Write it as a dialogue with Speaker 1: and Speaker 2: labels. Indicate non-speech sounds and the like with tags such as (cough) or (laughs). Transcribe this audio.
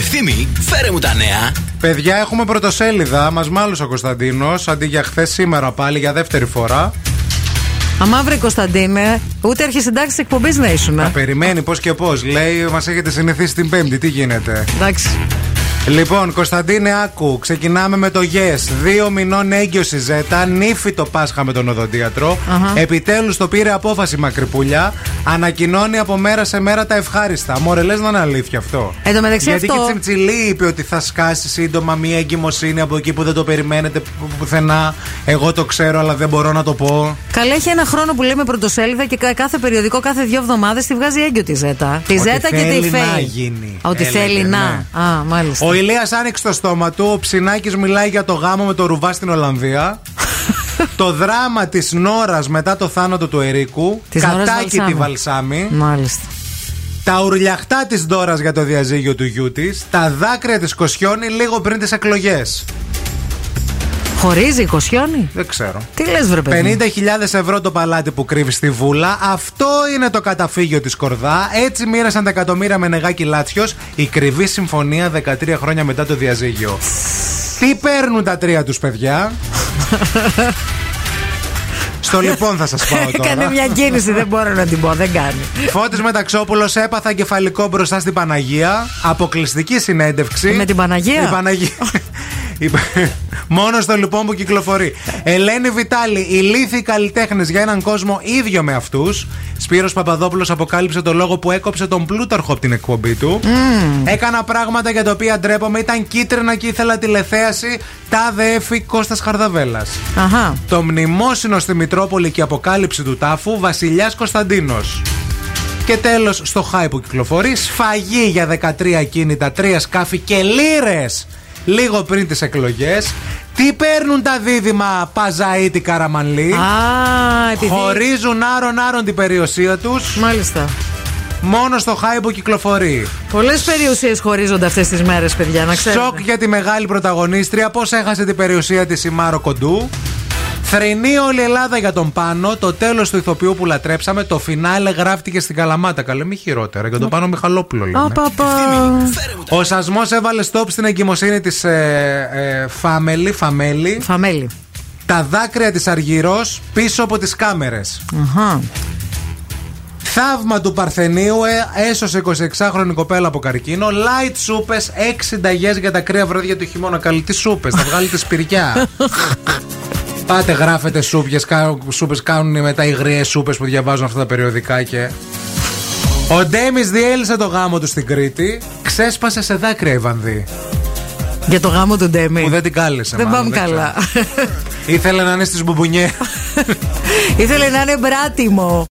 Speaker 1: Ευθύμη, φέρε μου τα νέα.
Speaker 2: Παιδιά, έχουμε πρωτοσέλιδα. Μας μάλωσε ο Κωνσταντίνος. Αντί για χθες, σήμερα πάλι για δεύτερη φορά.
Speaker 3: Αμαύρη Κωνσταντίνε, ούτε αρχισυντάξεις εκπομπής να ήσουν. ε.
Speaker 2: Να περιμένει πώς και πώς. Λέει, μας έχετε συνηθίσει την Πέμπτη. Τι γίνεται.
Speaker 3: Εντάξει.
Speaker 2: Λοιπόν, Κωνσταντίνε, άκου. Ξεκινάμε με το Yes. Δύο μηνών έγκυος η Ζέτα. Νύφη το Πάσχα με τον οδοντιατρο
Speaker 3: Αχα.
Speaker 2: Επιτέλους το πήρε απόφαση μακρυπούλια. Ανακοινώνει από μέρα σε μέρα τα ευχάριστα. Μωρε, λες να είναι αλήθεια αυτό.
Speaker 3: Εν τω μεταξύ
Speaker 2: Γιατί
Speaker 3: αυτό-
Speaker 2: και η Τσιμτσιλή είπε ότι θα σκάσει σύντομα μία εγκυμοσύνη από εκεί που δεν το περιμένετε που- πουθενά. Εγώ το ξέρω, αλλά δεν μπορώ να το πω.
Speaker 3: Καλά, έχει ένα χρόνο που λέμε πρωτοσέλιδα και κα- κάθε περιοδικό, κάθε δύο εβδομάδες τη βγάζει έγκυο τη Ζέτα. Τη
Speaker 2: Ότι
Speaker 3: Ζέτα και τη
Speaker 2: θέλει
Speaker 3: Φέη.
Speaker 2: να γίνει.
Speaker 3: Α, Ότι
Speaker 2: Έλεγε,
Speaker 3: θέλει να.
Speaker 2: ναι.
Speaker 3: Α, μάλιστα.
Speaker 2: Ο Ηλίας άνοιξε το στόμα του. Ο Ψινάκης μιλάει για το γάμο με το ρουβά στην
Speaker 3: (laughs)
Speaker 2: Ολλανδία. το δράμα της Νόρας μετά το θάνατο του Ερίκου.
Speaker 3: Της Νόρας
Speaker 2: κατάκι τη
Speaker 3: Βαλσάμι.
Speaker 2: Βαλσάμι.
Speaker 3: Μάλιστα.
Speaker 2: τα ουρλιαχτά της Ντόρας για το διαζύγιο του γιού της. Τα δάκρυα της Κοσιόνη λίγο πριν τις εκλογές.
Speaker 3: Χωρίζει, κοσιώνει.
Speaker 2: Δεν ξέρω.
Speaker 3: Τι λες, βρε παιδί. (laughs)
Speaker 2: 50.000 ευρώ το παλάτι που κρύβει στη Βούλα. Αυτό είναι το καταφύγιο της Κορδά. Έτσι μοίρασαν τα εκατομμύρια με νεγάκι Λάτσιο. Η κρυβή συμφωνία 13 χρόνια μετά το διαζύγιο. Τι παίρνουν τα τρία τους
Speaker 3: (laughs)
Speaker 2: παιδιά. Στο λοιπόν θα σας πάω
Speaker 3: Έκανε
Speaker 2: τώρα.
Speaker 3: μια κίνηση, δεν μπορώ να την πω, δεν κάνει.
Speaker 2: Φώτης Μεταξόπουλος έπαθα κεφαλικό μπροστά στην Παναγία. Αποκλειστική συνέντευξη.
Speaker 3: Με την Παναγία?
Speaker 2: Η Παναγία.
Speaker 3: (laughs)
Speaker 2: Η Πα- Μόνος στο λοιπόν που κυκλοφορεί. Ελένη Βιτάλη, οι λύθοι καλλιτέχνες για έναν κόσμο ίδιο με αυτούς. Σπύρος Παπαδόπουλος αποκάλυψε το λόγο που έκοψε τον Πλούταρχο από την εκπομπή του. Έκανα πράγματα για τα οποία ντρέπομαι. Ήταν κίτρινα και ήθελα τηλεθέαση. Τάδε έφη Κώστας Χαρδαβέλλα.
Speaker 3: Αχά.
Speaker 2: Το μνημόσυνο στη Μητρόπολη και η αποκάλυψη του τάφου Βασιλιάς Κωνσταντίνος. Και τέλος στο χάι που κυκλοφορεί σφαγή για 13 κίνητα, 3 σκάφη και λίρες λίγο πριν τις εκλογές. Τι παίρνουν τα δίδυμα Παζαΐτη Καραμανλή.
Speaker 3: Α, επειδή.
Speaker 2: Χωρίζουν άρον-άρον την περιουσία τους
Speaker 3: Μάλιστα.
Speaker 2: μόνο στο χάι που κυκλοφορεί.
Speaker 3: Πολλές περιουσίες χωρίζονται αυτές τις μέρες, παιδιά, να ξέρετε.
Speaker 2: Σοκ για τη μεγάλη πρωταγωνίστρια. Πώς έχασε την περιουσία της η Μάρο Κοντού. Θρηνεί όλη η Ελλάδα για τον πάνω. Το τέλος του ηθοποιού που λατρέψαμε. Το φινάλε γράφτηκε στην Καλαμάτα. Καλέ, μη χειρότερα. Για τον πάνω Μιχαλόπουλο λένε.
Speaker 3: Α, πα, πα.
Speaker 1: Φέρε μου τα
Speaker 2: Ο σασμός έβαλε στόπ στην εγκυμοσύνη της ε, ε, Φάμελη. Φαμέλη.
Speaker 3: Φαμέλη.
Speaker 2: Τα δάκρυα της Αργυρός πίσω από τις κάμερες.
Speaker 3: Αχα.
Speaker 2: Θαύμα του Παρθενίου ε, έσωσε 26χρονη κοπέλα από καρκίνο. Light σούπες, 6 συνταγέ για τα κρύα βράδια του χειμώνα. Καλή τι σούπες, θα βγάλει τη
Speaker 3: (laughs)
Speaker 2: σπυριά. Πάτε γράφετε σούπιες, κα- σούπες κάνουν μετά υγριές σούπες που διαβάζουν αυτά τα περιοδικά και... Ο Ντέμις διέλυσε το γάμο του στην Κρήτη, ξέσπασε σε δάκρυα η Βανδύ,
Speaker 3: Για το γάμο του Ντέμι.
Speaker 2: που δεν την κάλεσε
Speaker 3: Ε, Δεν
Speaker 2: μάλλον,
Speaker 3: πάμε
Speaker 2: ξέρω.
Speaker 3: καλά. (laughs)
Speaker 2: Ήθελε να είναι στις μπουμπουνιές.
Speaker 3: Ήθελε να είναι μπράτιμο.